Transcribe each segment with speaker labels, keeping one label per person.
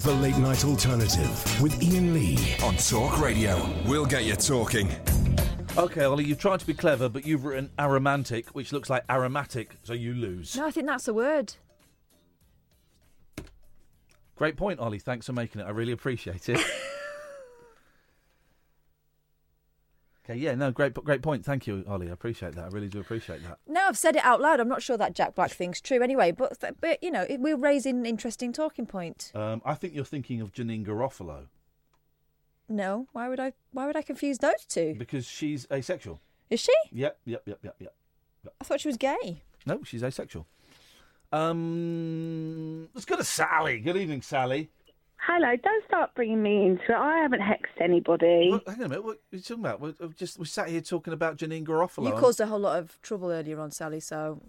Speaker 1: The Late Night Alternative with Ian Lee.
Speaker 2: On Talk Radio, we'll get you talking.
Speaker 3: Okay, Ollie, you've tried to be clever, but you've written aromantic, which looks like aromatic, so you lose.
Speaker 4: No, I think that's a word.
Speaker 3: Great point, Ollie. Thanks for making it. I really appreciate it. okay, yeah, no, great, great point. Thank you, Ollie. I appreciate that. I really do appreciate that.
Speaker 4: Now I've said it out loud. I'm not sure that Jack Black thing's true anyway, but th- but you know it, we're raising an interesting talking point.
Speaker 3: Um, I think you're thinking of Janine Garofalo
Speaker 4: No, why would I? Why would I confuse those two?
Speaker 3: because she's asexual.
Speaker 4: Is she?
Speaker 3: Yep, yep, yep, yep, yep.
Speaker 4: I thought she was gay.
Speaker 3: No, she's asexual. Um, let's go to Sally. Good evening, Sally.
Speaker 5: Hello, don't start bringing me into it. I haven't hexed anybody.
Speaker 3: Well, hang on a minute. What are you talking about? We're, we're just we sat here talking about Janine Garofalo.
Speaker 4: You caused a whole lot of trouble earlier on, Sally. So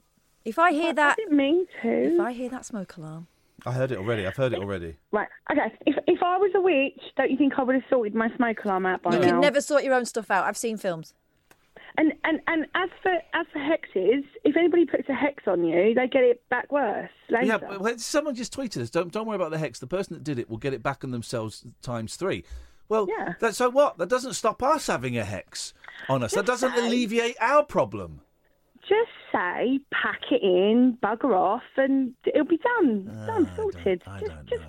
Speaker 4: if I hear that,
Speaker 5: I didn't mean to.
Speaker 4: if I hear that smoke alarm,
Speaker 3: I heard it already. I've heard it already.
Speaker 5: Right, okay. If, if I was a witch, don't you think I would have sorted my smoke alarm out by
Speaker 4: you
Speaker 5: now?
Speaker 4: can never sort your own stuff out. I've seen films.
Speaker 5: And, and and as for as for hexes, if anybody puts a hex on you, they get it back worse later.
Speaker 3: Yeah, but well, someone just tweeted us. Don't don't worry about the hex. The person that did it will get it back on themselves times three. Well,
Speaker 5: Yeah.
Speaker 3: that, so what? That doesn't stop us having a hex on us. That doesn't alleviate our problem.
Speaker 5: Just say pack it in, bugger off, and it'll be done, done, sorted.
Speaker 3: Ah, I
Speaker 5: just,
Speaker 3: don't
Speaker 5: just
Speaker 3: know.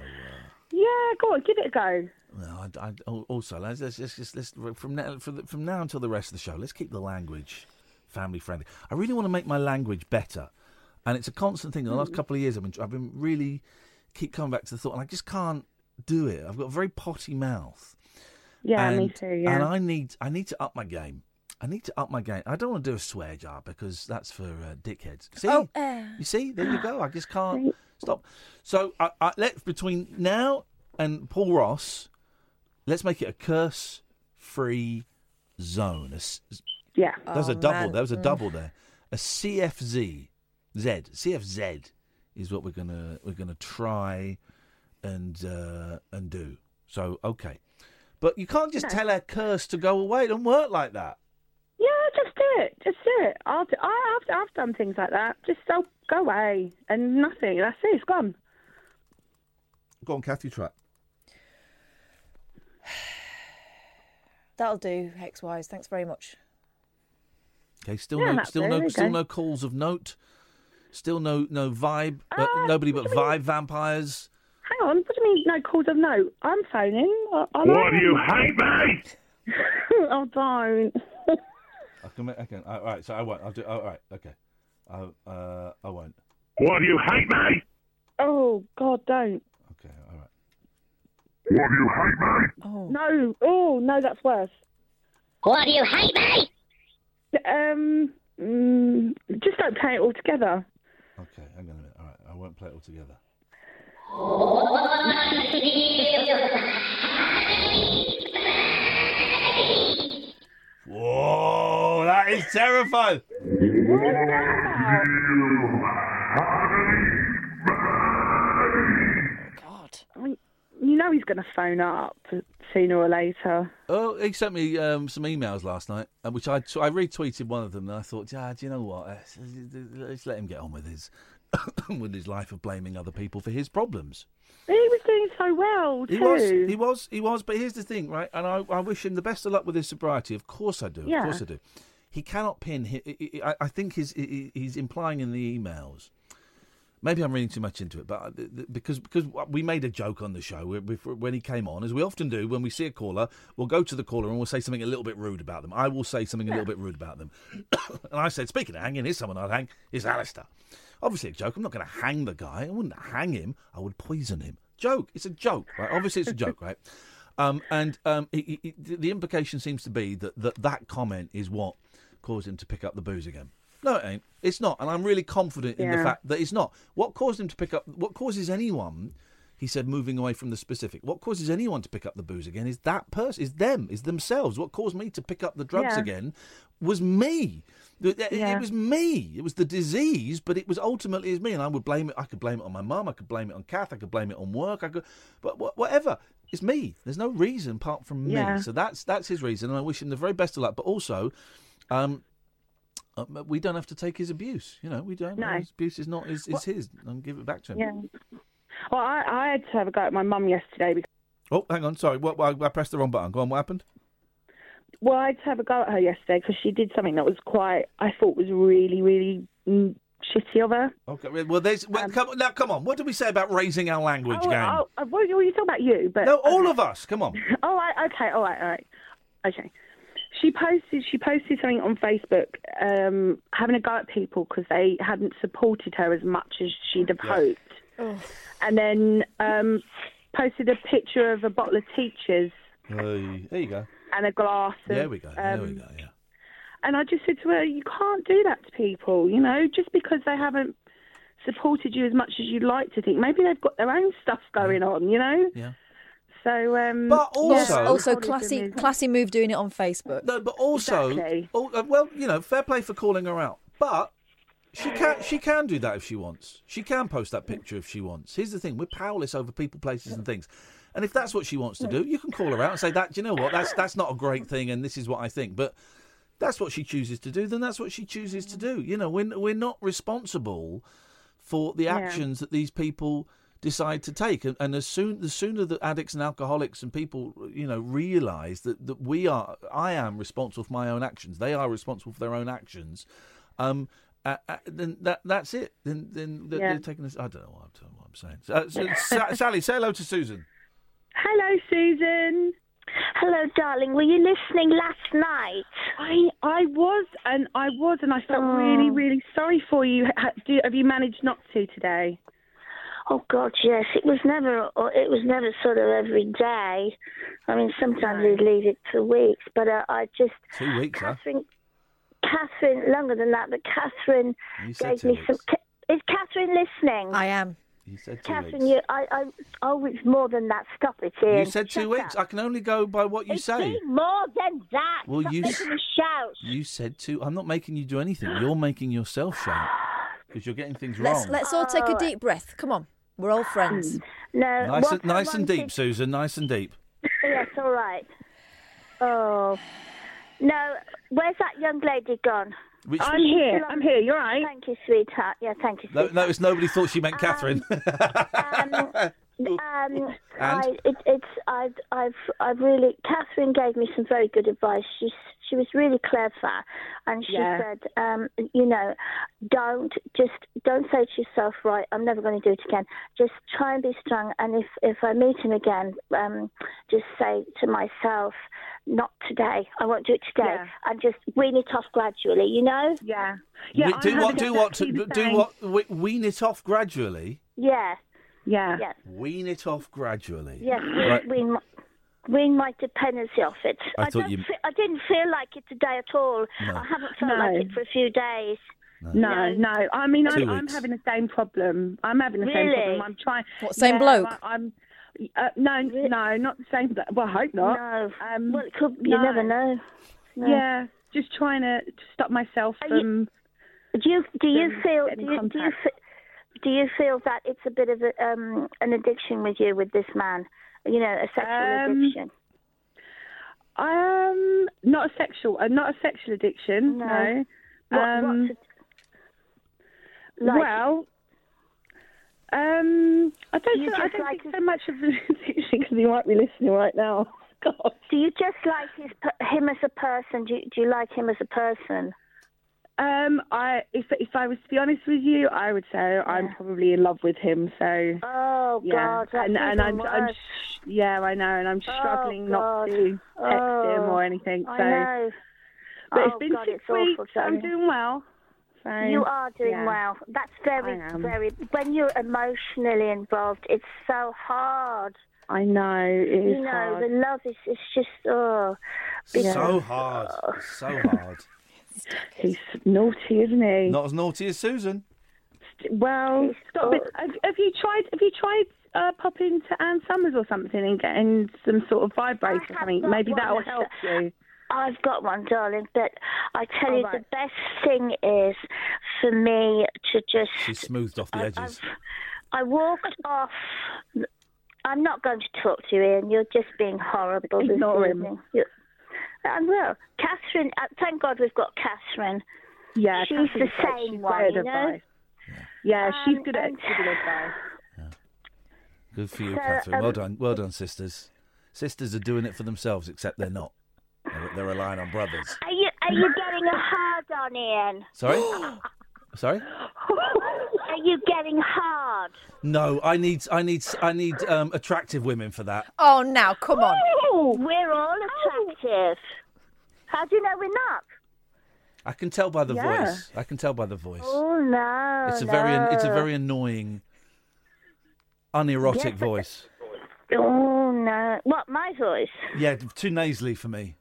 Speaker 5: yeah, go on, give it a go.
Speaker 3: No, I, I, al- also, let's, let's, let's, just- let's- from now from, the, from now until the rest of the show, let's keep the language family friendly. I really want to make my language better, and it's a constant thing. In the
Speaker 5: Mm.
Speaker 3: last couple of years, I've been I've been really keep coming back to the thought, and I just can't do it. I've got a very potty mouth.
Speaker 5: Yeah,
Speaker 3: and,
Speaker 5: me too. Yeah.
Speaker 3: And I need I need to up my game. I need to up my game. I don't want to do a swear jar because that's for uh, dickheads. See,
Speaker 4: Oh,
Speaker 5: uh,
Speaker 4: eh.
Speaker 3: you see, there you go. I just can't stop. So I, I let between now and Paul Ross, let's make it a curse-free zone. A s-
Speaker 5: Yeah.
Speaker 3: that was a
Speaker 4: Oh,
Speaker 3: double.
Speaker 4: man.
Speaker 3: There was a double there. A CFZ, Z, CFZ is what we're gonna we're gonna try and uh, and do. So okay, but you can't just
Speaker 5: No.
Speaker 3: tell our curse to go away. It doesn't work like that.
Speaker 5: Yeah, just do it. Just do it. I'll do, I, I've, I've done things like that. Just so go away and nothing. That's it. It's gone.
Speaker 3: Go on, Kathy, try. it.
Speaker 4: That'll do, hex wise. Thanks very much.
Speaker 3: Okay, still
Speaker 5: Yeah,
Speaker 3: no,
Speaker 5: that's
Speaker 3: still
Speaker 5: it. There
Speaker 3: no,
Speaker 5: you
Speaker 3: still
Speaker 5: go.
Speaker 3: no calls of note. Still no no vibe. Uh,
Speaker 5: Ah,
Speaker 3: nobody but
Speaker 5: what do you mean?
Speaker 3: vibe vampires.
Speaker 5: Hang on. What do you mean? No calls of note. I'm phoning. I, I
Speaker 6: Why do you hate me?
Speaker 5: I don't.
Speaker 3: I can make. I can. All right, so I won't. I'll do. All right, okay. I uh, I won't.
Speaker 6: Why do you hate me?
Speaker 5: Oh God, don't.
Speaker 3: Okay, all right.
Speaker 6: Why do you hate me?
Speaker 4: Oh,
Speaker 5: No. Oh no, that's worse.
Speaker 7: Why do you hate me?
Speaker 5: Um. Mm, just don't play it all together.
Speaker 3: Okay, hang on a minute. All right, I won't play it all together. Whoa, that is terrifying.
Speaker 4: God.
Speaker 5: You know he's going to phone up sooner or later.
Speaker 3: Oh, he sent me um, some emails last night, uh, which I t- I retweeted one of them, and I thought, yeah, do you know what? Let's, let's let him get on with his with his life of blaming other people for his problems.
Speaker 5: He was doing so well too.
Speaker 3: He was, he was, he was. But here's the thing, right? And I, I wish him the best of luck with his sobriety. Of course I do. Of
Speaker 5: Yeah.
Speaker 3: course I do. He cannot pin. He, I, I think he's, he, he's implying in the emails. Maybe I'm reading too much into it, but I- th- th- because because we made a joke on the show we- we- when he came on, as we often do when we see a caller, we'll go to the caller and we'll say something a little bit rude about them. I will say something a little bit rude about them, and I said, speaking of hanging, here's someone I'd hang. Is Alistair? Obviously a joke. I'm not going to hang the guy. I wouldn't hang him. I would poison him. Joke. It's a joke, right? Obviously it's a joke, right? Um, and um, he- he- he- the the implication seems to be that, that that comment is what caused him to pick up the booze again. No, it ain't. It's not, and I'm really confident in the
Speaker 5: Yeah.
Speaker 3: fact that it's not. What caused him to pick up? What causes anyone? He said, moving away from the specific. What causes anyone to pick up the booze again is that person, is them, is themselves. What caused me to pick up the drugs
Speaker 5: Yeah.
Speaker 3: again was me. It, it- it
Speaker 5: Yeah.
Speaker 3: was me. It was the disease, but it was ultimately it was me. And I would blame it. I could blame it on my mum. I could blame it on Kath. I could blame it on work. I could, but wha- whatever. It's me. There's no reason apart from me.
Speaker 5: Yeah.
Speaker 3: So that's that's his reason, and I wish him the very best of luck. But also, um, uh, we don't have to take his abuse. You know, we don't.
Speaker 5: No.
Speaker 3: His abuse is not is, is his. And give it back to him.
Speaker 5: Yeah. Well, I, I had to have a go at my mum yesterday because.
Speaker 3: Oh, hang on. Sorry, what, I, I pressed the wrong button. Go on, what happened?
Speaker 5: Well, I had to have a go at her yesterday because she did something that was quite, I thought was really, really mm, shitty of her.
Speaker 3: Okay. Well, there's. Well, come, now, come on. What do we say about raising our language
Speaker 5: Um, oh,
Speaker 3: game?
Speaker 5: oh, oh, well, you're talking about you, but.
Speaker 3: no, all of us. Come on.
Speaker 5: All right, Oh, okay, all right, all right, okay. She posted she posted something on Facebook, um, having a go at people because they hadn't supported her as much as she'd have hoped, and then um, posted a picture of a bottle of teachers
Speaker 3: Hey, there you go.
Speaker 5: and a glass. Of,
Speaker 3: There we go. There we
Speaker 5: um,
Speaker 3: go. Yeah.
Speaker 5: And I just said to her, you can't do that to people, you know, just because they haven't supported you as much as you'd like to think. Maybe they've got their own stuff going on, you know.
Speaker 3: Yeah.
Speaker 5: So,
Speaker 3: Mm.
Speaker 5: um,
Speaker 3: But
Speaker 4: Yes,
Speaker 3: Also-
Speaker 4: also classy, classy move doing it on Facebook.
Speaker 3: No, but also,
Speaker 5: Exactly.
Speaker 3: al- uh, well, you know, fair play for calling her out, but she can she can do that if she wants. She can post that picture if she wants. Here's the thing: we're powerless over people, places, and things. And if that's what she wants to do, you can call her out and say that. Do you know what? That's that's not a great thing, and this is what I think. But that's what she chooses to do. Then that's what she chooses to do. You know, we're we're not responsible for the actions that these people decide to take and, and as soon the sooner the addicts and alcoholics and people you know realize that that we are i am responsible for my own actions they are responsible for their own actions um uh, uh, then that that's it then then they're,
Speaker 5: Yeah.
Speaker 3: they're taking this i don't know what i'm, I don't know what I'm saying so, uh, so, Sa- sally say hello to susan
Speaker 5: hello, Susan.
Speaker 7: Hello, darling. Were you listening last night?
Speaker 5: I I was and I was and I felt
Speaker 7: Oh.
Speaker 5: really really sorry for you. Ha- do, have you managed not to today?
Speaker 7: Oh God, yes. It was never. or It was never sort of every day. I mean, sometimes we'd leave it for weeks, but uh, I just
Speaker 3: two weeks huh
Speaker 7: Catherine. Catherine, longer than that, but Catherine
Speaker 3: you said
Speaker 7: gave
Speaker 3: two
Speaker 7: me some.
Speaker 3: weeks
Speaker 7: Ca- Is Catherine listening?
Speaker 4: I am.
Speaker 3: you said two
Speaker 7: Catherine,
Speaker 3: weeks
Speaker 7: you. I, I. Oh, it's more than that. Stop it, Ian.
Speaker 3: you said two
Speaker 7: Shut
Speaker 3: weeks
Speaker 7: up.
Speaker 3: i can only go by what you
Speaker 7: It's
Speaker 3: say
Speaker 7: been more than that.
Speaker 3: Well,
Speaker 7: Stop
Speaker 3: you s-
Speaker 7: making me shout.
Speaker 3: You said to. I'm not making you do anything. You're making yourself shout because you're getting things
Speaker 4: Let's
Speaker 3: wrong.
Speaker 4: let's all take a deep breath. Come on, we're all friends.
Speaker 5: Uh,
Speaker 7: No,
Speaker 3: nice,
Speaker 7: what
Speaker 3: and,
Speaker 7: I
Speaker 3: nice and deep,
Speaker 7: wanted-
Speaker 3: Susan. Nice and deep.
Speaker 7: Yes, all right. Oh no, where's that young lady gone?
Speaker 3: Which
Speaker 5: I'm here. I'm here. You're right.
Speaker 7: Thank you, sweetheart. Yeah, thank you.
Speaker 3: no,
Speaker 7: Sweetheart.
Speaker 3: notice nobody thought she meant Catherine.
Speaker 7: Um, I, it, it's I've I've I've really Catherine gave me some very good advice. She she was really clever, and she
Speaker 5: Yeah.
Speaker 7: said, um, you know, don't just don't say to yourself, right, I'm never going to do it again. Just try and be strong, and if if I meet him again, um, just say to myself, not today. I won't do it today,
Speaker 5: Yeah.
Speaker 7: and just wean it off gradually. You know?
Speaker 5: Yeah. Yeah.
Speaker 3: We-
Speaker 5: I
Speaker 3: do
Speaker 5: had
Speaker 3: what?
Speaker 5: to
Speaker 3: Do
Speaker 5: go
Speaker 3: what?
Speaker 5: back to
Speaker 3: do
Speaker 5: the same-
Speaker 3: what? we- Wean it off gradually.
Speaker 7: Yeah.
Speaker 5: Yeah.
Speaker 7: Yeah.
Speaker 3: Wean it off gradually.
Speaker 7: Yes, we,
Speaker 3: Right.
Speaker 7: we, mi- we might dependency off it.
Speaker 3: I thought
Speaker 7: don't
Speaker 3: you-
Speaker 7: Fe- I didn't feel like it today at all. I haven't
Speaker 5: No.
Speaker 7: felt like it for a few days.
Speaker 5: No, no. I mean, I,
Speaker 3: Two
Speaker 5: I'm
Speaker 3: weeks.
Speaker 5: having the same problem. I'm having the same
Speaker 7: Really?
Speaker 5: problem. I'm trying.
Speaker 4: What, same
Speaker 5: Yeah,
Speaker 4: bloke?
Speaker 5: I, I'm. Uh, no, no, not the same. Bloke. Well, I hope not.
Speaker 7: No.
Speaker 5: Um,
Speaker 7: well, it could. You
Speaker 5: no.
Speaker 7: never know.
Speaker 5: Yeah. Just trying to to stop myself
Speaker 7: you-
Speaker 5: from.
Speaker 7: Do you do you
Speaker 5: Then
Speaker 7: feel
Speaker 5: get in
Speaker 7: do you, do you
Speaker 5: contact.
Speaker 7: fe- do you feel that it's a bit of a, um, an addiction with you with this man? You know, a sexual
Speaker 5: Um,
Speaker 7: addiction.
Speaker 5: Um, not a sexual, uh, not a sexual addiction.
Speaker 7: No.
Speaker 5: No.
Speaker 7: What,
Speaker 5: um,
Speaker 7: what's it, like,
Speaker 5: well, um, I don't,
Speaker 7: You
Speaker 5: think, I
Speaker 7: just
Speaker 5: don't
Speaker 7: like
Speaker 5: think
Speaker 7: to-
Speaker 5: so much of because he might be listening right now. God.
Speaker 7: do you just like his, per- him as a person? Do you, do you like him as a person?
Speaker 5: Um, I if if I was to be honest with you, I would say I'm probably in love with him. So
Speaker 7: Oh
Speaker 5: yeah,
Speaker 7: God, that's
Speaker 5: and and
Speaker 7: even
Speaker 5: I'm,
Speaker 7: worse. Oh,
Speaker 5: I'm sh- yeah, I know, and I'm struggling not
Speaker 7: God.
Speaker 5: to text him
Speaker 7: Oh,
Speaker 5: or anything. So,
Speaker 7: I know.
Speaker 5: but
Speaker 7: Oh,
Speaker 5: it's been
Speaker 7: God,
Speaker 5: six
Speaker 7: it's awful,
Speaker 5: weeks. so I'm
Speaker 7: Tony.
Speaker 5: doing well. So
Speaker 7: You are doing
Speaker 5: yeah.
Speaker 7: well. That's very,
Speaker 5: I am.
Speaker 7: very. When you're emotionally involved, it's so hard.
Speaker 5: I know it is
Speaker 7: you know,
Speaker 5: hard.
Speaker 7: the love is it's just oh.
Speaker 3: So hard. So
Speaker 5: Oh.
Speaker 3: hard.
Speaker 5: He's naughty, isn't he?
Speaker 3: Not as naughty as Susan.
Speaker 5: Well, stop it. Have, have you tried? Have you tried uh, popping to Anne Summers or something and getting some sort of vibrator
Speaker 7: I
Speaker 5: or
Speaker 7: have
Speaker 5: something?
Speaker 7: got
Speaker 5: Maybe
Speaker 7: one
Speaker 5: that will
Speaker 7: of
Speaker 5: help
Speaker 7: the-
Speaker 5: you.
Speaker 7: I've got one, darling, but I tell you, the
Speaker 5: right.
Speaker 7: best thing is for me to just.
Speaker 3: She's smoothed off the edges.
Speaker 7: I walked off. I'm not going to talk to you, Ian. You're just being horrible. this
Speaker 5: Ignore him.
Speaker 7: evening. You- I will. Catherine, uh, thank God we've got Catherine.
Speaker 5: Yeah,
Speaker 7: She's
Speaker 5: Catherine's
Speaker 7: the
Speaker 5: great.
Speaker 7: same
Speaker 5: she's
Speaker 7: one,
Speaker 5: great
Speaker 7: you know?
Speaker 5: advice. Yeah, she's
Speaker 7: Um,
Speaker 5: good at
Speaker 7: and-
Speaker 5: good at advice.
Speaker 3: Good for you,
Speaker 5: uh,
Speaker 7: So,
Speaker 3: Catherine. well
Speaker 7: um,
Speaker 3: done. Well done, sisters. Sisters are doing it for themselves, except they're not. They're, they're relying on brothers.
Speaker 7: Are you are you getting a hard on, Ian?
Speaker 3: Sorry? Sorry?
Speaker 7: Are you getting hard?
Speaker 3: No, I need I need I need um, attractive women for that.
Speaker 4: Oh, now, come on.
Speaker 7: We're all attractive. How do you know we're not?
Speaker 3: I can tell by the
Speaker 5: Yeah.
Speaker 3: voice. I can tell by the voice.
Speaker 7: Oh no!
Speaker 3: it's a very an- it's a
Speaker 7: no.
Speaker 3: very annoying unerotic
Speaker 7: Yes, but-
Speaker 3: voice.
Speaker 7: Oh no! What my voice?
Speaker 3: Yeah, too nasally for me.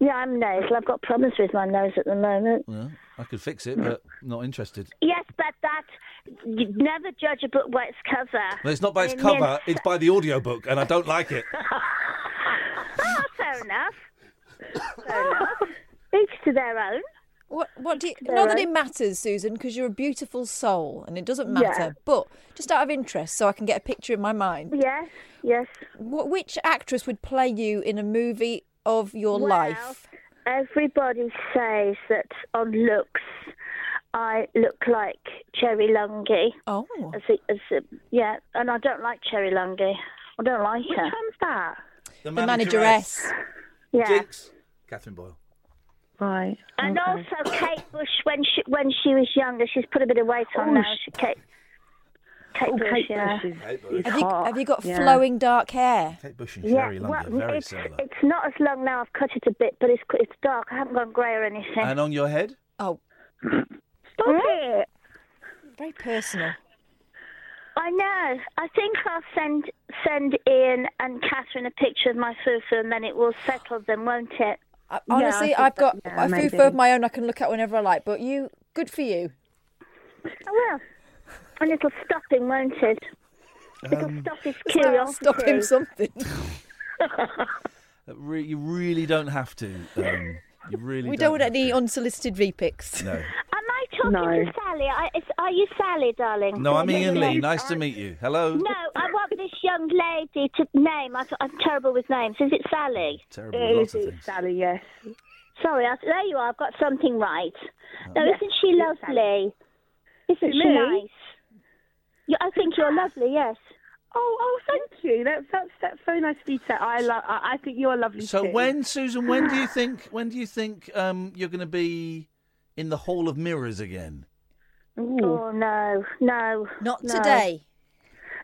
Speaker 7: Yeah, I'm nasal. I've got problems with my nose at the moment.
Speaker 3: Well, I could fix it, but not interested.
Speaker 7: Yes, but that you never judge a book by its cover.
Speaker 3: Well, it's not by its
Speaker 7: And then-
Speaker 3: cover, it's by the audiobook, and I don't like it.
Speaker 7: Oh, fair enough. Fair enough. Each to their own.
Speaker 4: What, what do you, not that it matters, Susan, because you're a beautiful soul and it doesn't
Speaker 7: Yeah.
Speaker 4: matter, but just out of interest, so I can get a picture in my mind,
Speaker 7: Yes, yes.
Speaker 4: wh- which actress would play you in a movie of your
Speaker 7: Well,
Speaker 4: life?
Speaker 7: Everybody says that on looks, I look like Cherry Lungi.
Speaker 4: Oh,
Speaker 7: As a, as a, yeah, and I don't like Cherry Lungi. I don't like
Speaker 5: Which
Speaker 7: her.
Speaker 5: one's that?
Speaker 4: the manageress.
Speaker 7: Yeah,
Speaker 3: Jinx. Catherine Boyle.
Speaker 5: Right.
Speaker 7: and also Kate Bush when she when she was younger, she's put a bit of weight on now. She, Kate, Kate
Speaker 5: Oh,
Speaker 7: Bush,
Speaker 5: Kate
Speaker 7: yeah.
Speaker 5: Bush is, is
Speaker 4: Have you,
Speaker 5: hot.
Speaker 4: have you got
Speaker 5: Oh, Yeah.
Speaker 4: flowing dark hair?
Speaker 3: Kate Bush and
Speaker 7: Yeah,
Speaker 3: Sherry Lundy
Speaker 7: well,
Speaker 3: are very
Speaker 7: it's,
Speaker 3: similar.
Speaker 7: it's not as long now. I've cut it a bit, but it's it's dark. I haven't gone grey or anything.
Speaker 3: And on your head?
Speaker 4: Oh,
Speaker 7: Stop it!
Speaker 4: very personal.
Speaker 7: I know. I think I'll send send Ian and Catherine a picture of my fufu, and then it will settle them, won't it?
Speaker 4: I, honestly,
Speaker 5: think
Speaker 4: I've got
Speaker 5: that- yeah,
Speaker 4: a
Speaker 5: maybe.
Speaker 4: fufu of my own I can look at whenever I like, but you, good for you.
Speaker 7: I will. And it'll stop him, won't it? It'll
Speaker 3: Um,
Speaker 7: stop his curiosity.
Speaker 4: Stop him something.
Speaker 3: Uh, Re- you really don't have to. Um, you really
Speaker 4: We don't want
Speaker 3: have
Speaker 4: any
Speaker 3: to.
Speaker 4: unsolicited repics.
Speaker 3: No.
Speaker 7: Am I talking
Speaker 5: No.
Speaker 7: to Sally? I, it's, are you Sally, darling?
Speaker 3: No, I'm Ian Lee. Nice to meet you. Hello.
Speaker 7: No, I want this young lady to name. I, I'm terrible with names. Is it Sally?
Speaker 3: Terrible. with
Speaker 5: It
Speaker 3: Lots of
Speaker 5: is,
Speaker 3: things.
Speaker 5: Sally, yes.
Speaker 7: Sorry, I, there you are. I've got something right. No,
Speaker 5: Yes,
Speaker 7: isn't she
Speaker 5: yes,
Speaker 7: lovely? Isn't she
Speaker 5: me?
Speaker 7: nice? You, I think you're lovely. Yes.
Speaker 5: Oh, oh, thank you. That, that's, that's so nice of you to say. I, lo- I, I think you're lovely
Speaker 3: So
Speaker 5: too.
Speaker 3: when, Susan? When do you think? When do you think um, you're going to be in the Hall of Mirrors again?
Speaker 5: Ooh.
Speaker 7: Oh no, no,
Speaker 4: Not
Speaker 7: no.
Speaker 4: today.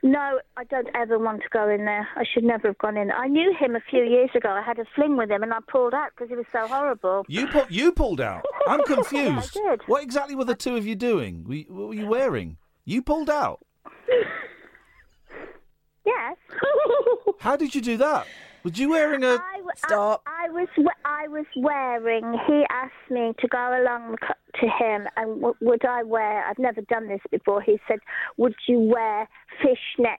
Speaker 7: No, I don't ever want to go in there. I should never have gone in. I knew him a few years ago. I had a fling with him, and I pulled out because he was so horrible.
Speaker 3: You pu- you pulled out. I'm confused.
Speaker 7: I did.
Speaker 3: What exactly were the two of you doing? Were you, what were you wearing? You pulled out.
Speaker 7: Yes.
Speaker 3: How did you do that? Were you wearing a?
Speaker 7: I, w-
Speaker 4: Stop.
Speaker 7: I, I was w- I was wearing. He asked me to go along c- to him, and w- would I wear? I've never done this before. He said, "Would you wear fishnet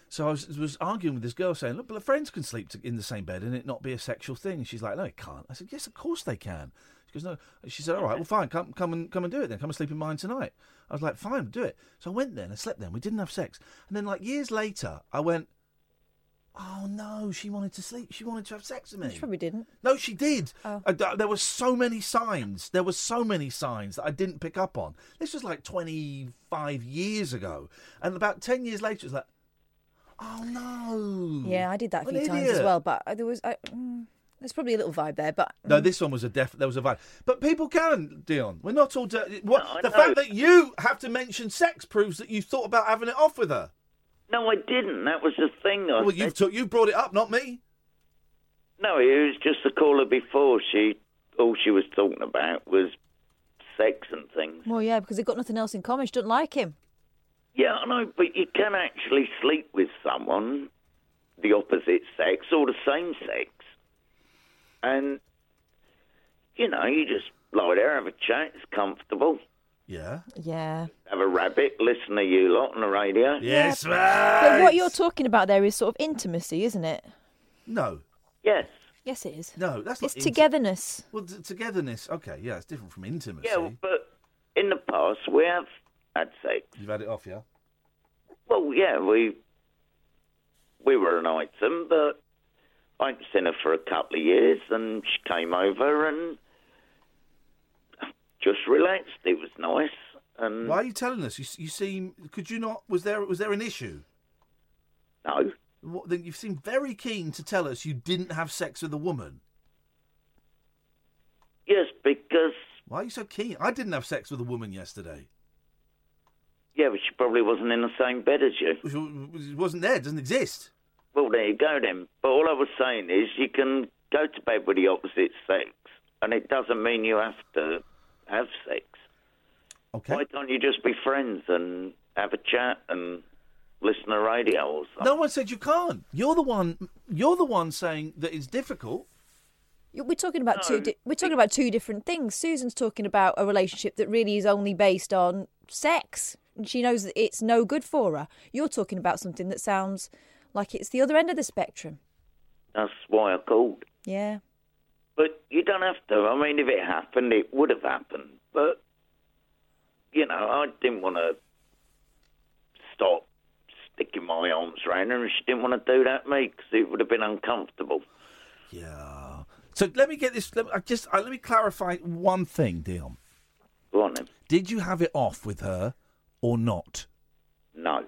Speaker 3: So I was, was arguing with this girl, saying, "Look, but friends can sleep to, in the same bed and it not be a sexual thing." She's like, "No, it can't." I said, "Yes, of course they can." She goes, "No." She said, "All right, well, fine. Come, come and come and do it then. Come and sleep in mine tonight." I was like, "Fine, do it." So I went there and I slept there. And we didn't have sex, and then like years later, I went, Oh no, she wanted to sleep. She wanted to have sex with me.
Speaker 4: She probably didn't.
Speaker 3: No, she did.
Speaker 4: Oh.
Speaker 3: I d there were so many signs. There were so many signs that I didn't pick up on. This was like 25 years ago. And about 10 years later, it's like, oh no.
Speaker 4: Yeah, I did that a
Speaker 3: What
Speaker 4: few
Speaker 3: an
Speaker 4: times as
Speaker 3: idiot.
Speaker 4: well, but I- there was I, mm, there's probably a little vibe there, but
Speaker 3: No, this one was a def. There was a vibe, but people can, Dion. We're not all dirty. What
Speaker 8: No, I
Speaker 3: the
Speaker 8: know.
Speaker 3: fact that you have to mention sex proves that you thought about having it off with her.
Speaker 8: No, I didn't. That was the thing. I
Speaker 3: Well,
Speaker 8: said.
Speaker 3: you took, you brought it up, not me.
Speaker 8: No, it was just the caller before. She all she was talking about was sex and things.
Speaker 4: mm, well, yeah, because they've got nothing else in common. She doesn't like him.
Speaker 8: Yeah, I know, but you can actually sleep with someone the opposite sex or the same sex, and you know, you just lie there, have a chat. It's comfortable.
Speaker 3: Yeah.
Speaker 9: Yeah.
Speaker 8: Have a rabbit, listen to you lot on the radio.
Speaker 3: Yes,
Speaker 9: But what you're talking about there is sort of intimacy, isn't it?
Speaker 3: No.
Speaker 8: Yes.
Speaker 9: Yes, it is.
Speaker 3: No, that's not
Speaker 9: it's
Speaker 3: inti-
Speaker 9: togetherness.
Speaker 3: Well, t- togetherness. Okay, yeah, it's different from intimacy.
Speaker 8: Yeah, but in the past we have had sex.
Speaker 3: You've had it off, yeah.
Speaker 8: Well, yeah, we we were an item, but I'd seen her for a couple of years, and she came over and just relaxed. It was nice, and
Speaker 3: Why are you telling us? You, s- you seem. Could you not? Was there? Was there an issue?
Speaker 8: No.
Speaker 3: What, then you seem very keen to tell us you didn't have sex with a woman.
Speaker 8: Yes, because.
Speaker 3: Why are you so keen? I didn't have sex with a woman yesterday.
Speaker 8: yeah, but she probably wasn't in the same bed as you.
Speaker 3: It wasn't there. It doesn't exist.
Speaker 8: Well, there you go then. But all I was saying is, you can go to bed with the opposite sex, and it doesn't mean you have to have sex.
Speaker 3: Okay.
Speaker 8: Why can't you just be friends and have a chat and listen to radio or something?
Speaker 3: No one said you can't. You're the one. You're the one saying that it's difficult.
Speaker 4: You- We're talking about
Speaker 3: No.
Speaker 4: two. Di- we're talking about two different things. Susan's talking about a relationship that really is only based on sex, and she knows that it's no good for her. You're talking about something that sounds like it's the other end of the spectrum.
Speaker 8: That's why I called.
Speaker 4: Yeah.
Speaker 8: But you don't have to. I mean, if it happened, it would have happened. But, you know, I didn't want to stop sticking my arms around her, and she didn't want to do that to me because it would have been uncomfortable.
Speaker 3: So let me get this. Let me, I just I, let me clarify one thing, Dion.
Speaker 8: Go on then.
Speaker 3: Did you have it off with her or not?
Speaker 8: No.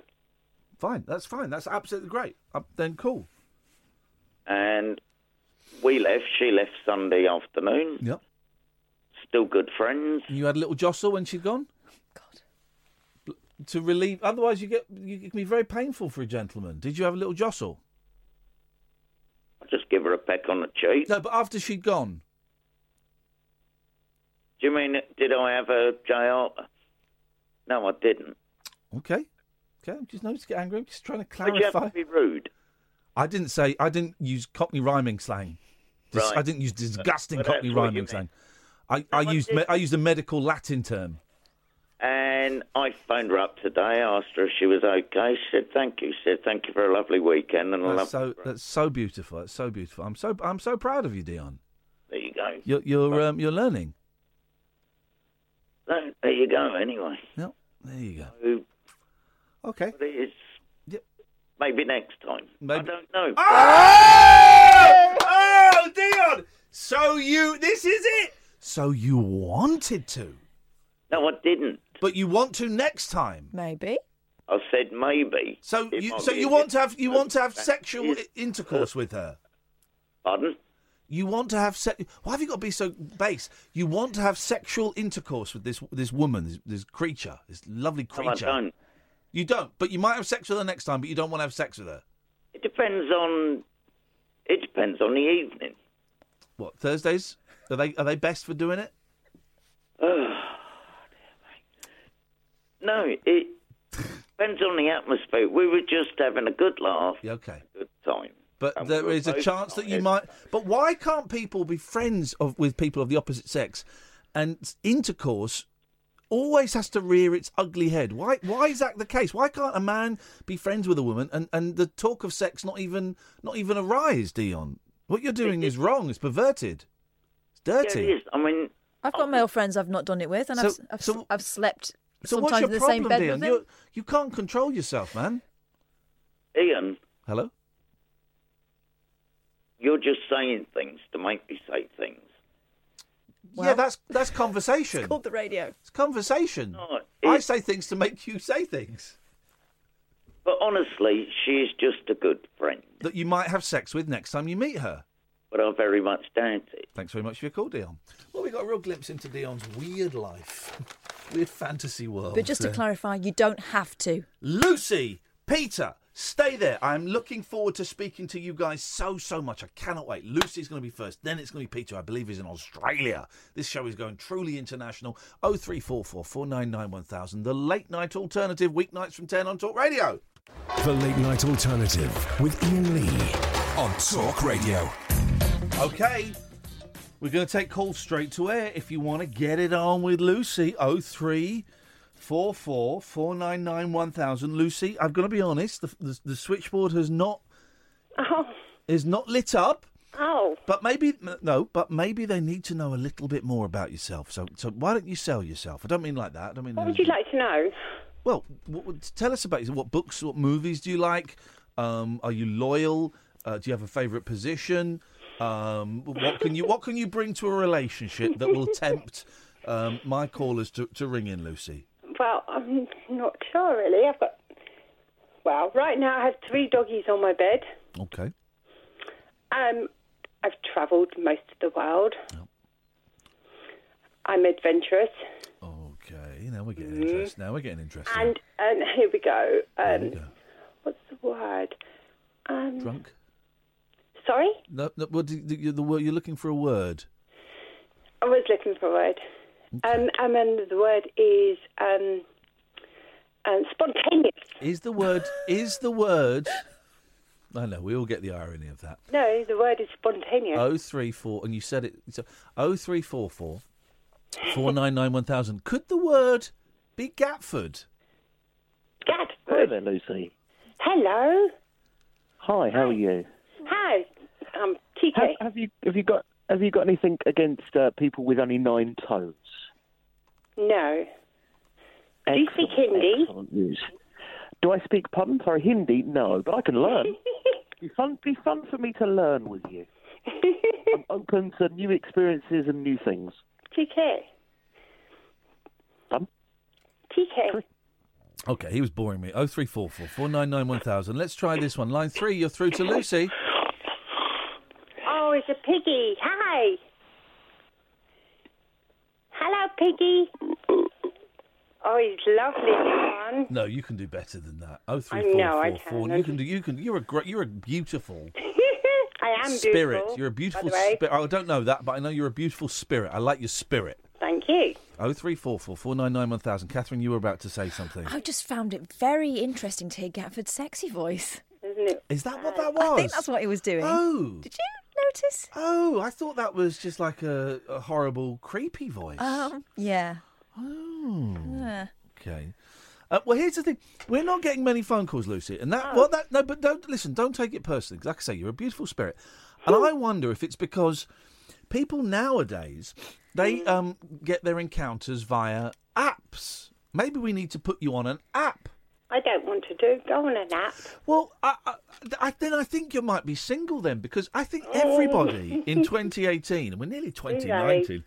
Speaker 3: Fine. That's fine. That's absolutely great. Uh, then cool.
Speaker 8: And we left. She left Sunday afternoon.
Speaker 3: Yep.
Speaker 8: Still good friends.
Speaker 3: And you had a little jostle when she'd gone. God. To relieve. Otherwise, you get you it can be very painful for a gentleman. Did you have a little jostle?
Speaker 8: I just give her a peck on the cheek.
Speaker 3: No, but after she'd gone.
Speaker 8: Do you mean, did I have a JR? No, I didn't.
Speaker 3: Okay. Okay. I'm just no, just get angry. I'm just trying to
Speaker 8: But you have
Speaker 3: clarify.
Speaker 8: to be rude.
Speaker 3: I didn't say I didn't use Cockney rhyming slang. Dis-
Speaker 8: Right.
Speaker 3: I didn't use disgusting
Speaker 8: But- but
Speaker 3: Cockney
Speaker 8: that's what you
Speaker 3: rhyming
Speaker 8: meant.
Speaker 3: slang. I, I used me, I used a medical Latin term.
Speaker 8: And I phoned her up today, asked her if she was okay. She said, thank you. She said, thank you for a lovely weekend and a lovely...
Speaker 3: That's Uh, so that's so beautiful. That's so beautiful. I'm so I'm so proud of you, Dion.
Speaker 8: There you go.
Speaker 3: You're you're um, you're learning.
Speaker 8: No, there you go, anyway.
Speaker 3: Yep. There you go.
Speaker 8: So,
Speaker 3: Okay.
Speaker 8: But it is... Maybe next time. I don't know.
Speaker 3: Ah! Oh, Dion! So you this is it. So you wanted to,
Speaker 8: No, I didn't.
Speaker 3: but you want to next time.
Speaker 4: Maybe.
Speaker 8: I said maybe.
Speaker 3: So
Speaker 8: It
Speaker 3: you
Speaker 8: might
Speaker 3: so
Speaker 8: be
Speaker 3: you
Speaker 8: a
Speaker 3: want
Speaker 8: bit-
Speaker 3: to have you want to have
Speaker 8: That
Speaker 3: sexual
Speaker 8: is-
Speaker 3: i- intercourse with her.
Speaker 8: Pardon?
Speaker 3: You want to have sex? Why have you got to be so base? You want to have sexual intercourse with this this woman, this, this creature, this lovely
Speaker 8: No, I
Speaker 3: creature.
Speaker 8: don't.
Speaker 3: You don't, but you might have sex with her next time. But you don't want to have sex with her.
Speaker 8: It depends on... It depends on the evening.
Speaker 3: What Thursdays? Are they are they best for doing it?
Speaker 8: No, it depends on the atmosphere. We were just having a good laugh.
Speaker 3: okay.
Speaker 8: Good time.
Speaker 3: But
Speaker 8: And we
Speaker 3: there
Speaker 8: were
Speaker 3: is a
Speaker 8: both
Speaker 3: chance that you
Speaker 8: tired.
Speaker 3: might. But why can't people be friends of with people of the opposite sex, and intercourse always has to rear its ugly head? Why? Why is that the case? Why can't a man be friends with a woman and, and the talk of sex not even not even arise, Dion? What you're doing is wrong. It's perverted. It's dirty.
Speaker 8: Yeah, it is. I mean,
Speaker 4: I've
Speaker 8: Oh,
Speaker 4: got male friends I've not done it with, and I've,
Speaker 3: So-
Speaker 4: I've, I've slept
Speaker 3: So
Speaker 4: sometimes
Speaker 3: what's your
Speaker 4: in the
Speaker 3: problem,
Speaker 4: same bed
Speaker 3: Dion?
Speaker 4: with them.
Speaker 3: You you can't control yourself, man.
Speaker 8: Ian,
Speaker 3: Hello.
Speaker 8: You're just saying things to make me say things.
Speaker 3: yeah, that's that's conversation. it's
Speaker 4: called the radio.
Speaker 3: It's conversation. I say things to make you say things
Speaker 8: But honestly, she's just a good friend,
Speaker 3: that you might have sex with next time you meet her.
Speaker 8: but I very much doubt it.
Speaker 3: Thanks very much for your call, Dion. Well, we got a real glimpse into Dion's weird life, weird fantasy world.
Speaker 4: But just to
Speaker 3: there.
Speaker 4: clarify, you don't have to.
Speaker 3: Lucy, Peter, stay there. I'm looking forward to speaking to you guys so, so much. I cannot wait. Lucy's going to be first, then it's going to be Peter, I believe, is in Australia. This show is going truly international. 0344 499 1000, the late night alternative, weeknights from 10 on Talk Radio.
Speaker 2: The Late Night Alternative with Ian Lee on Talk Radio.
Speaker 3: Okay. We're going to take calls straight to air. If you want to get it on with Lucy, 0344 499 1000. Lucy, I'm going to be honest, the, the, the switchboard has not is not lit up.
Speaker 10: Oh.
Speaker 3: But maybe no, but maybe they need to know a little bit more about yourself. So so why don't you sell yourself? I don't mean like that. I don't mean
Speaker 10: What would you like to know?
Speaker 3: Well, w- w- tell us about yourself. What books, what movies do you like? Um, are you loyal? Uh, do you have a favourite position? Um, what can you What can you bring to a relationship that will tempt um, my callers to, to ring in, Lucy?
Speaker 10: Well, I'm not sure really. I've got. Well, right now I have three doggies on my bed.
Speaker 3: Okay.
Speaker 10: Um, I've travelled most of the world. I'm adventurous,
Speaker 3: Okay, now we're getting interested. Now we're getting interested.
Speaker 10: and and here we go. Um,
Speaker 3: we go.
Speaker 10: What's the word? Um,
Speaker 3: Drunk?
Speaker 10: Sorry,
Speaker 3: No, no what do, the, the word you're looking for a word?
Speaker 10: I was looking for a word. Um, and then the word is um, um, spontaneous.
Speaker 3: Is the word is the word? I know we all get the irony of that.
Speaker 10: No, the word is spontaneous.
Speaker 3: Oh three four, and you said it. So oh three four four four nine nine one thousand. Could the word be Gatford?
Speaker 11: Hi there, Lucy.
Speaker 10: Hello.
Speaker 11: Hi, how are you?
Speaker 10: Hi. I'm TK.
Speaker 11: Have, have you have you got have you got anything against uh, people with only nine toes?
Speaker 10: No. Do you speak
Speaker 11: Excellent,
Speaker 10: Hindi?
Speaker 11: excellent news. Do I speak pardon? Sorry, Hindi? No, but I can learn. be fun. Be fun for me to learn with you. I'm open to new experiences and new things.
Speaker 10: TK.
Speaker 11: Pardon?
Speaker 10: TK.
Speaker 3: Okay, he was boring me. Oh three four four four nine nine one thousand. Let's try this one. Line three, you're through to Lucy.
Speaker 10: Oh, it's a piggy. Hi. Hello, piggy. Oh, he's lovely, this one.
Speaker 3: No, you can do better than that. Oh three
Speaker 10: I
Speaker 3: four
Speaker 10: know, I
Speaker 3: four four.
Speaker 10: can.
Speaker 3: You can do. You can. You're a great. You're a beautiful
Speaker 10: I am
Speaker 3: spirit.
Speaker 10: beautiful,
Speaker 3: You're a beautiful
Speaker 10: by the way.
Speaker 3: spirit. I don't know that, but I know you're a beautiful spirit. I like your spirit.
Speaker 10: Thank you.
Speaker 3: Oh three four four four nine nine one thousand. Catherine, you were about to say something.
Speaker 4: I just found it very interesting to hear Gatford's sexy voice.
Speaker 10: Isn't it?
Speaker 3: Is that what that
Speaker 4: I
Speaker 3: was?
Speaker 4: think that's what he was doing.
Speaker 3: Oh.
Speaker 4: Did you notice?
Speaker 3: Oh, I thought that was just like a, a horrible, creepy voice.
Speaker 4: Um, yeah.
Speaker 3: Oh.
Speaker 4: Yeah.
Speaker 3: Okay. Uh, well, here's the thing: we're not getting many phone calls, Lucy, and
Speaker 4: Oh.
Speaker 3: that. Well, that no, but don't listen. Don't take it personally. 'cause like I say, you're a beautiful spirit, and I wonder if it's because people nowadays they
Speaker 4: Mm.
Speaker 3: um, get their encounters via apps. Maybe we need to put you on an app.
Speaker 10: I don't want to do go on a nap.
Speaker 3: Well, I, I, I, then I think you might be single then, because I think
Speaker 10: Oh.
Speaker 3: everybody in 2018, and we're nearly 2019,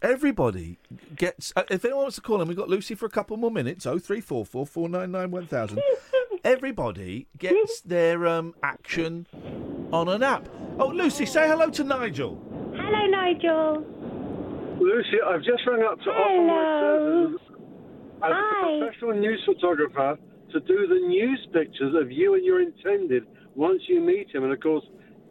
Speaker 3: everybody gets. uh, If anyone wants to call in, we've got Lucy for a couple more minutes. Oh three four four four nine nine one thousand. Everybody gets their um, action on an app. Oh, Lucy, say hello to Nigel.
Speaker 10: Hello, Nigel.
Speaker 12: Lucy, I've just rung up to offer my services as a professional news photographer to do the news pictures of you and your intended once you meet him. And of course,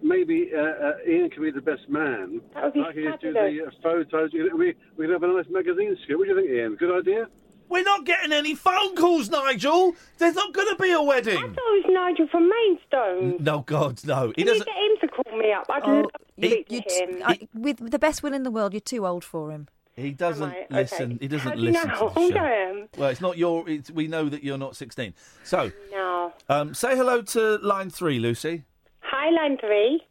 Speaker 12: maybe uh, uh, Ian can be the best man.
Speaker 10: That would be
Speaker 12: I can just do the
Speaker 10: fabulous.
Speaker 12: uh, photos. You know, We we can have a nice magazine shoot. What do you think, Ian? Good idea.
Speaker 3: We're not getting any phone calls, Nigel. There's not going to be a wedding.
Speaker 10: Oh, it's Nigel from Mainstone.
Speaker 3: No, God, no. He
Speaker 10: Can you
Speaker 3: doesn't.
Speaker 10: get him to call me up? I'd
Speaker 3: Oh,
Speaker 10: love to speak
Speaker 4: You
Speaker 10: to
Speaker 4: t-
Speaker 10: him.
Speaker 4: I- with the best will in the world, you're too old for him.
Speaker 3: He doesn't
Speaker 10: I? Okay.
Speaker 3: listen. He doesn't
Speaker 10: How do you
Speaker 3: listen
Speaker 10: know
Speaker 3: to
Speaker 10: how
Speaker 3: the
Speaker 10: old
Speaker 3: show.
Speaker 10: I am?
Speaker 3: Well, it's not your. It's, we know that you're not 16. So,
Speaker 10: No.
Speaker 3: um, say hello to line three, Lucy.
Speaker 10: Hi, line three.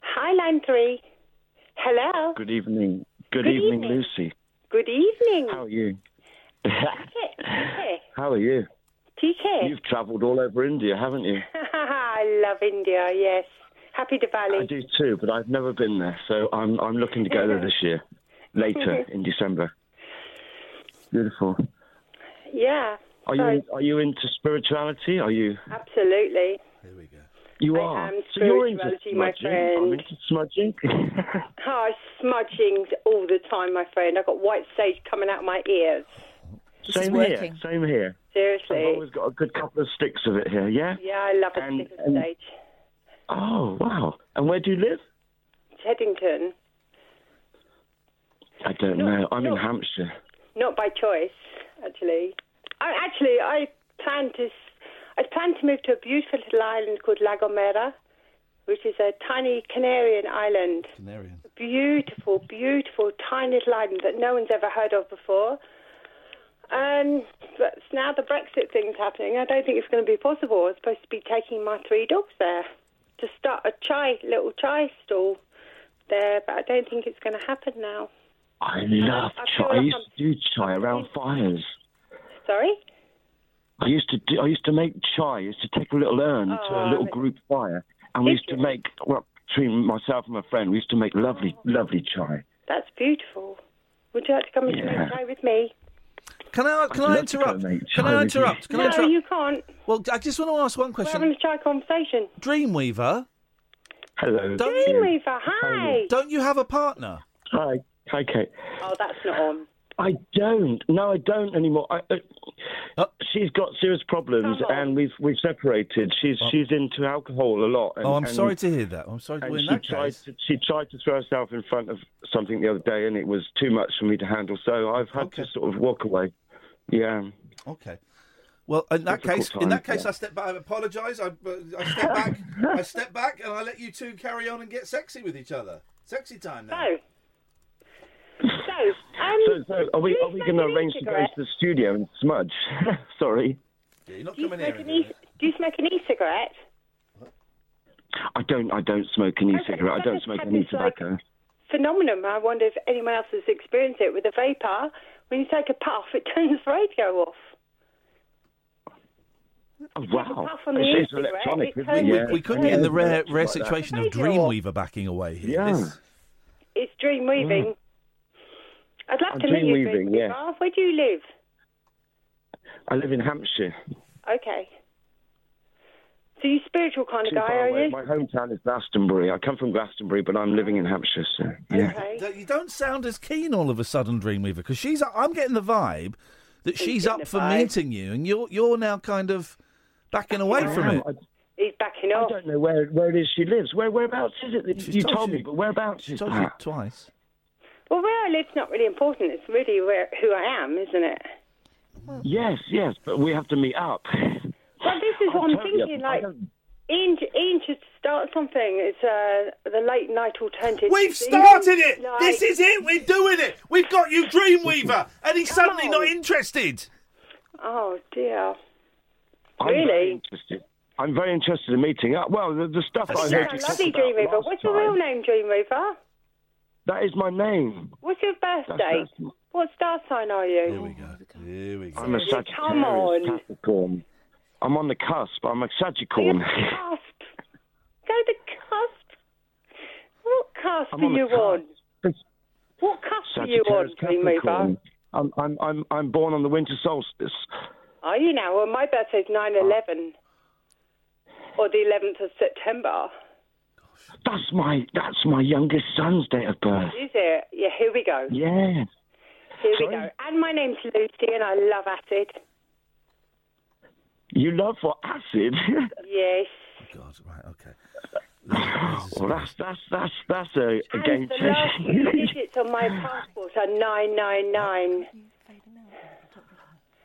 Speaker 10: Hi, line three. Hello.
Speaker 11: Good evening.
Speaker 10: Good Good evening, evening.
Speaker 11: Lucy.
Speaker 10: Good evening. How
Speaker 11: are you?
Speaker 10: TK.
Speaker 11: How are you?
Speaker 10: TK.
Speaker 11: travelled all over India, haven't you?
Speaker 10: I love India, yes.
Speaker 12: Happy Diwali.
Speaker 5: I do too, but I've never been there, so I'm I'm looking to go there this year, later in December. Beautiful.
Speaker 12: Yeah,
Speaker 5: Are you in, are you into spirituality? Are you
Speaker 12: absolutely.
Speaker 5: you are?
Speaker 12: am
Speaker 5: so you're into
Speaker 12: spirituality,
Speaker 5: smudging.
Speaker 12: my
Speaker 5: I'm
Speaker 12: friend.
Speaker 5: into smudging.
Speaker 12: Oh, smudging all the time, my friend. I've got white sage coming out my ears.
Speaker 5: same here. Same here. I've
Speaker 12: Seriously.
Speaker 5: always got a good couple of sticks of it here. Yeah.
Speaker 12: Yeah, I love a stick of sage.
Speaker 5: Oh wow! And where do you live?
Speaker 12: It's Headington,
Speaker 5: I don't know. I'm in Hampshire.
Speaker 12: not by choice, actually. I, actually, I plan to. s- I plan to move to a beautiful little island called La Gomera, which is a tiny Canarian island.
Speaker 3: Canarian.
Speaker 12: Beautiful, beautiful, tiny little island that no one's ever heard of before. And but now the Brexit thing's happening. I don't think it's going to be possible. I'm supposed to be taking my three dogs there to start a chai little chai stall there, but I don't think it's going to happen now.
Speaker 5: I love chai.
Speaker 12: I feel
Speaker 5: I
Speaker 12: like
Speaker 5: used to do chai around fires.
Speaker 12: Sorry.
Speaker 5: I used to do, I used to make chai. I used to take a little urn to a
Speaker 12: Oh,
Speaker 5: little group fire, and we used to make well between myself and my friend. We used to make lovely, lovely chai.
Speaker 12: That's beautiful. Would you like to come and
Speaker 5: Yeah.
Speaker 12: make chai with me?
Speaker 3: Can I can I
Speaker 5: love to go
Speaker 3: interrupt?
Speaker 5: make
Speaker 3: Can
Speaker 5: chai
Speaker 3: I
Speaker 5: with you.
Speaker 3: interrupt? Can I
Speaker 12: no,
Speaker 3: interrupt?
Speaker 12: you can't.
Speaker 3: Well, I just want to ask one question.
Speaker 12: We're having a chai conversation.
Speaker 3: Dreamweaver.
Speaker 5: Hello.
Speaker 12: Dreamweaver, hi.
Speaker 3: Don't you have a partner?
Speaker 5: Hi. Hi, Kate.
Speaker 12: Oh, that's not on.
Speaker 5: I don't. No, I don't anymore. I, uh,
Speaker 3: Oh.
Speaker 5: she's got serious problems, and we've we've separated. She's she's into alcohol a lot. And,
Speaker 3: oh, I'm
Speaker 5: and-
Speaker 3: sorry to hear that. I'm sorry.
Speaker 5: and
Speaker 3: Well, in
Speaker 5: she
Speaker 3: that
Speaker 5: tried
Speaker 3: case,
Speaker 5: to, she tried to throw herself in front of something the other day, and it was too much for me to handle. So I've had to sort of walk away. Yeah.
Speaker 3: okay. Well, in that
Speaker 5: Difficult
Speaker 3: case, in that
Speaker 5: time,
Speaker 3: case,
Speaker 5: yeah.
Speaker 3: I step back. I apologise. I, I step back. I step back, and I let you two carry on and get sexy with each other. Sexy time now.
Speaker 12: Oh, So, um,
Speaker 5: so, so are we are we going to arrange to go
Speaker 12: cigarette?
Speaker 5: to the studio and smudge? sorry,
Speaker 12: do, you smoke an
Speaker 3: eh?
Speaker 12: e- do you smoke an e-cigarette?
Speaker 5: I don't. I don't smoke an
Speaker 12: Okay,
Speaker 5: e-cigarette. I
Speaker 12: so
Speaker 5: don't
Speaker 12: let's
Speaker 5: smoke
Speaker 12: have
Speaker 5: any
Speaker 12: this, like,
Speaker 5: tobacco.
Speaker 12: Phenomenon. I wonder if anyone else has experienced it with a vapor. When you take a puff, it turns the radio off.
Speaker 5: Oh, wow,
Speaker 12: puff on the
Speaker 5: it's, it's
Speaker 12: e-cigarette,
Speaker 5: electronic, isn't
Speaker 12: it
Speaker 5: it?
Speaker 12: turns-
Speaker 5: Yeah.
Speaker 3: We, we could be in the rare
Speaker 5: Like
Speaker 3: rare
Speaker 5: that.
Speaker 3: situation of Dreamweaver backing away here.
Speaker 5: Yeah.
Speaker 3: This-
Speaker 12: It's
Speaker 5: Mm.
Speaker 12: dream weaving. I'd love
Speaker 5: I'm
Speaker 12: to meet you,
Speaker 5: dreamweaving,
Speaker 12: Dreamweaver.
Speaker 5: yeah.
Speaker 12: Where do you live?
Speaker 5: I live in Hampshire.
Speaker 12: Okay. So you spiritual kind of
Speaker 5: Too
Speaker 12: guy,
Speaker 5: far
Speaker 12: are
Speaker 5: away.
Speaker 12: you?
Speaker 5: My hometown is Glastonbury. I come from Glastonbury, but I'm living in Hampshire. So, yeah.
Speaker 3: Don't- You don't sound as keen all of a sudden, Dreamweaver, because she's. I'm getting the vibe that she's up for meeting you, and you're you're now kind of backing away
Speaker 5: I
Speaker 3: from
Speaker 5: am.
Speaker 3: it.
Speaker 12: He's backing off.
Speaker 5: I don't know where, where it is she lives. Where whereabouts is it? That
Speaker 3: She's
Speaker 5: you
Speaker 3: told
Speaker 5: told
Speaker 3: you-
Speaker 5: me, but whereabouts is
Speaker 3: told you
Speaker 5: that?
Speaker 3: twice.
Speaker 12: Well, where I live's not really important. It's really where who I am, isn't it?
Speaker 5: Yes, yes, but we have to meet up.
Speaker 12: Well, this is what I'm
Speaker 5: totally
Speaker 12: thinking.
Speaker 5: up- I
Speaker 12: Like, Ian, Ian should start something. It's uh, the late night alternative.
Speaker 3: We've
Speaker 12: These,
Speaker 3: started it.
Speaker 12: like-
Speaker 3: This is it. We're doing it. We've got you, Dreamweaver, and he's suddenly not interested.
Speaker 12: Oh dear.
Speaker 5: I'm very interested. I'm very interested in meeting up. Well, the, the stuff I
Speaker 12: You
Speaker 5: heard you talk
Speaker 12: sound lovely,
Speaker 5: about
Speaker 12: Dreamweaver.
Speaker 5: last
Speaker 12: What's your
Speaker 5: time,
Speaker 12: real name, Dreamweaver?
Speaker 5: That is my name.
Speaker 12: What's your birthday? What star sign are you? Here we go.
Speaker 3: Here we Oh,
Speaker 5: I'm a Sagittarius
Speaker 12: Come on.
Speaker 5: Capricorn. I'm on the cusp. I'm a Sagicorn.
Speaker 12: Cusp. Go the cusp. What cusp
Speaker 5: I'm
Speaker 12: are
Speaker 5: on the
Speaker 12: you on?
Speaker 5: It's-
Speaker 12: What cusp are you on,
Speaker 5: Sagittarius
Speaker 12: Dreamweaver?
Speaker 5: Capricorn. I'm, I'm, I'm, I'm born on the winter solstice. Uh,
Speaker 12: Are you now? Well, my birthday's 9 11 or the 11th of September.
Speaker 5: That's my that's my youngest son's date of birth.
Speaker 12: Is it? Yeah, here we go.
Speaker 5: Yeah.
Speaker 12: Here we go. And my name's Lucy, and I love acid.
Speaker 5: You love for acid.
Speaker 12: Yes.
Speaker 3: God, right, okay.
Speaker 5: well, that's that's that's that's a, a
Speaker 12: And
Speaker 5: game
Speaker 12: the last
Speaker 5: changer.
Speaker 12: two digits on my passport are 999.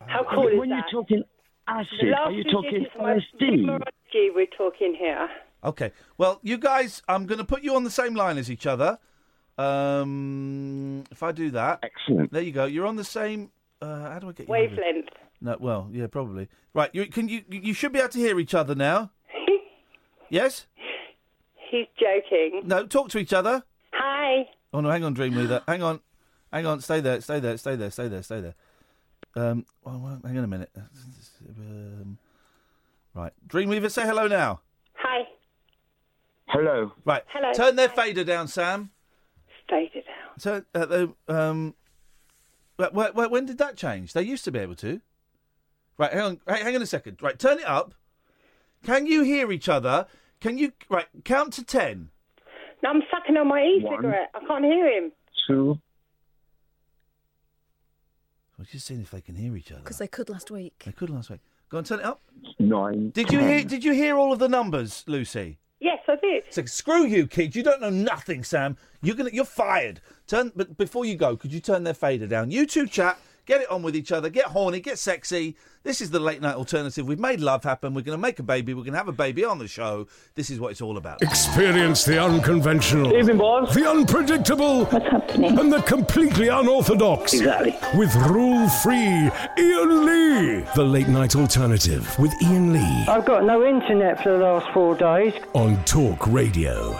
Speaker 12: How cool is
Speaker 5: when
Speaker 12: that?
Speaker 5: you're talking
Speaker 12: The
Speaker 5: acid,
Speaker 12: last
Speaker 5: are you
Speaker 12: two
Speaker 5: talking
Speaker 12: digits of my
Speaker 5: LSD?
Speaker 12: numerology we're talking here.
Speaker 3: Okay. Well, you guys, I'm going to put you on the same line as each other. Um, if I do that,
Speaker 5: excellent.
Speaker 3: There you go. You're on the same. Uh, how do I get you? moving?
Speaker 12: Wavelength.
Speaker 3: No, well, yeah, probably. Right, you can you you should be able to hear each other now. yes?
Speaker 12: He's joking.
Speaker 3: No, talk to each other.
Speaker 12: Hi.
Speaker 3: Oh no, hang on, Dreamweaver. hang on, hang on. Stay there. Stay there. Stay there. Stay there. Stay there. Um, oh, well, hang on a minute. Um, right, Dreamweaver, say hello now.
Speaker 12: Hi.
Speaker 13: Hello.
Speaker 3: Right.
Speaker 7: Hello.
Speaker 3: Turn their fader down, Sam.
Speaker 7: Faded out.
Speaker 3: So uh, the um, wh- wh- wh- when did that change? They used to be able to. Right, hang on, hey, hang on a second. Right, turn it up. Can you hear each other? Can you right count to ten?
Speaker 7: No, I'm sucking on my e-cigarette. I can't hear him.
Speaker 13: Two.
Speaker 3: We're just seeing if they can hear each other.
Speaker 4: Because they could last week.
Speaker 3: They could last week. Go on, turn it up.
Speaker 13: Nine.
Speaker 3: Did you hear? Did you hear all of the numbers, Lucy?
Speaker 7: Yes, I did.
Speaker 3: It's like, screw you, kid. You don't know nothing, Sam. You're gonna, you're fired. Turn, but before you go, could you turn their fader down? You two chat, get it on with each other, get horny, get sexy. This is the late night alternative. We've made love happen. We're gonna make a baby. We're gonna have a baby on the show. This is what it's all about.
Speaker 2: Experience the unconventional. The unpredictable. And the completely unorthodox.
Speaker 3: Exactly.
Speaker 2: With rule free Ian Lee. The late night alternative with Ian Lee
Speaker 5: I've got no internet for the last four days.
Speaker 2: on Talk Radio.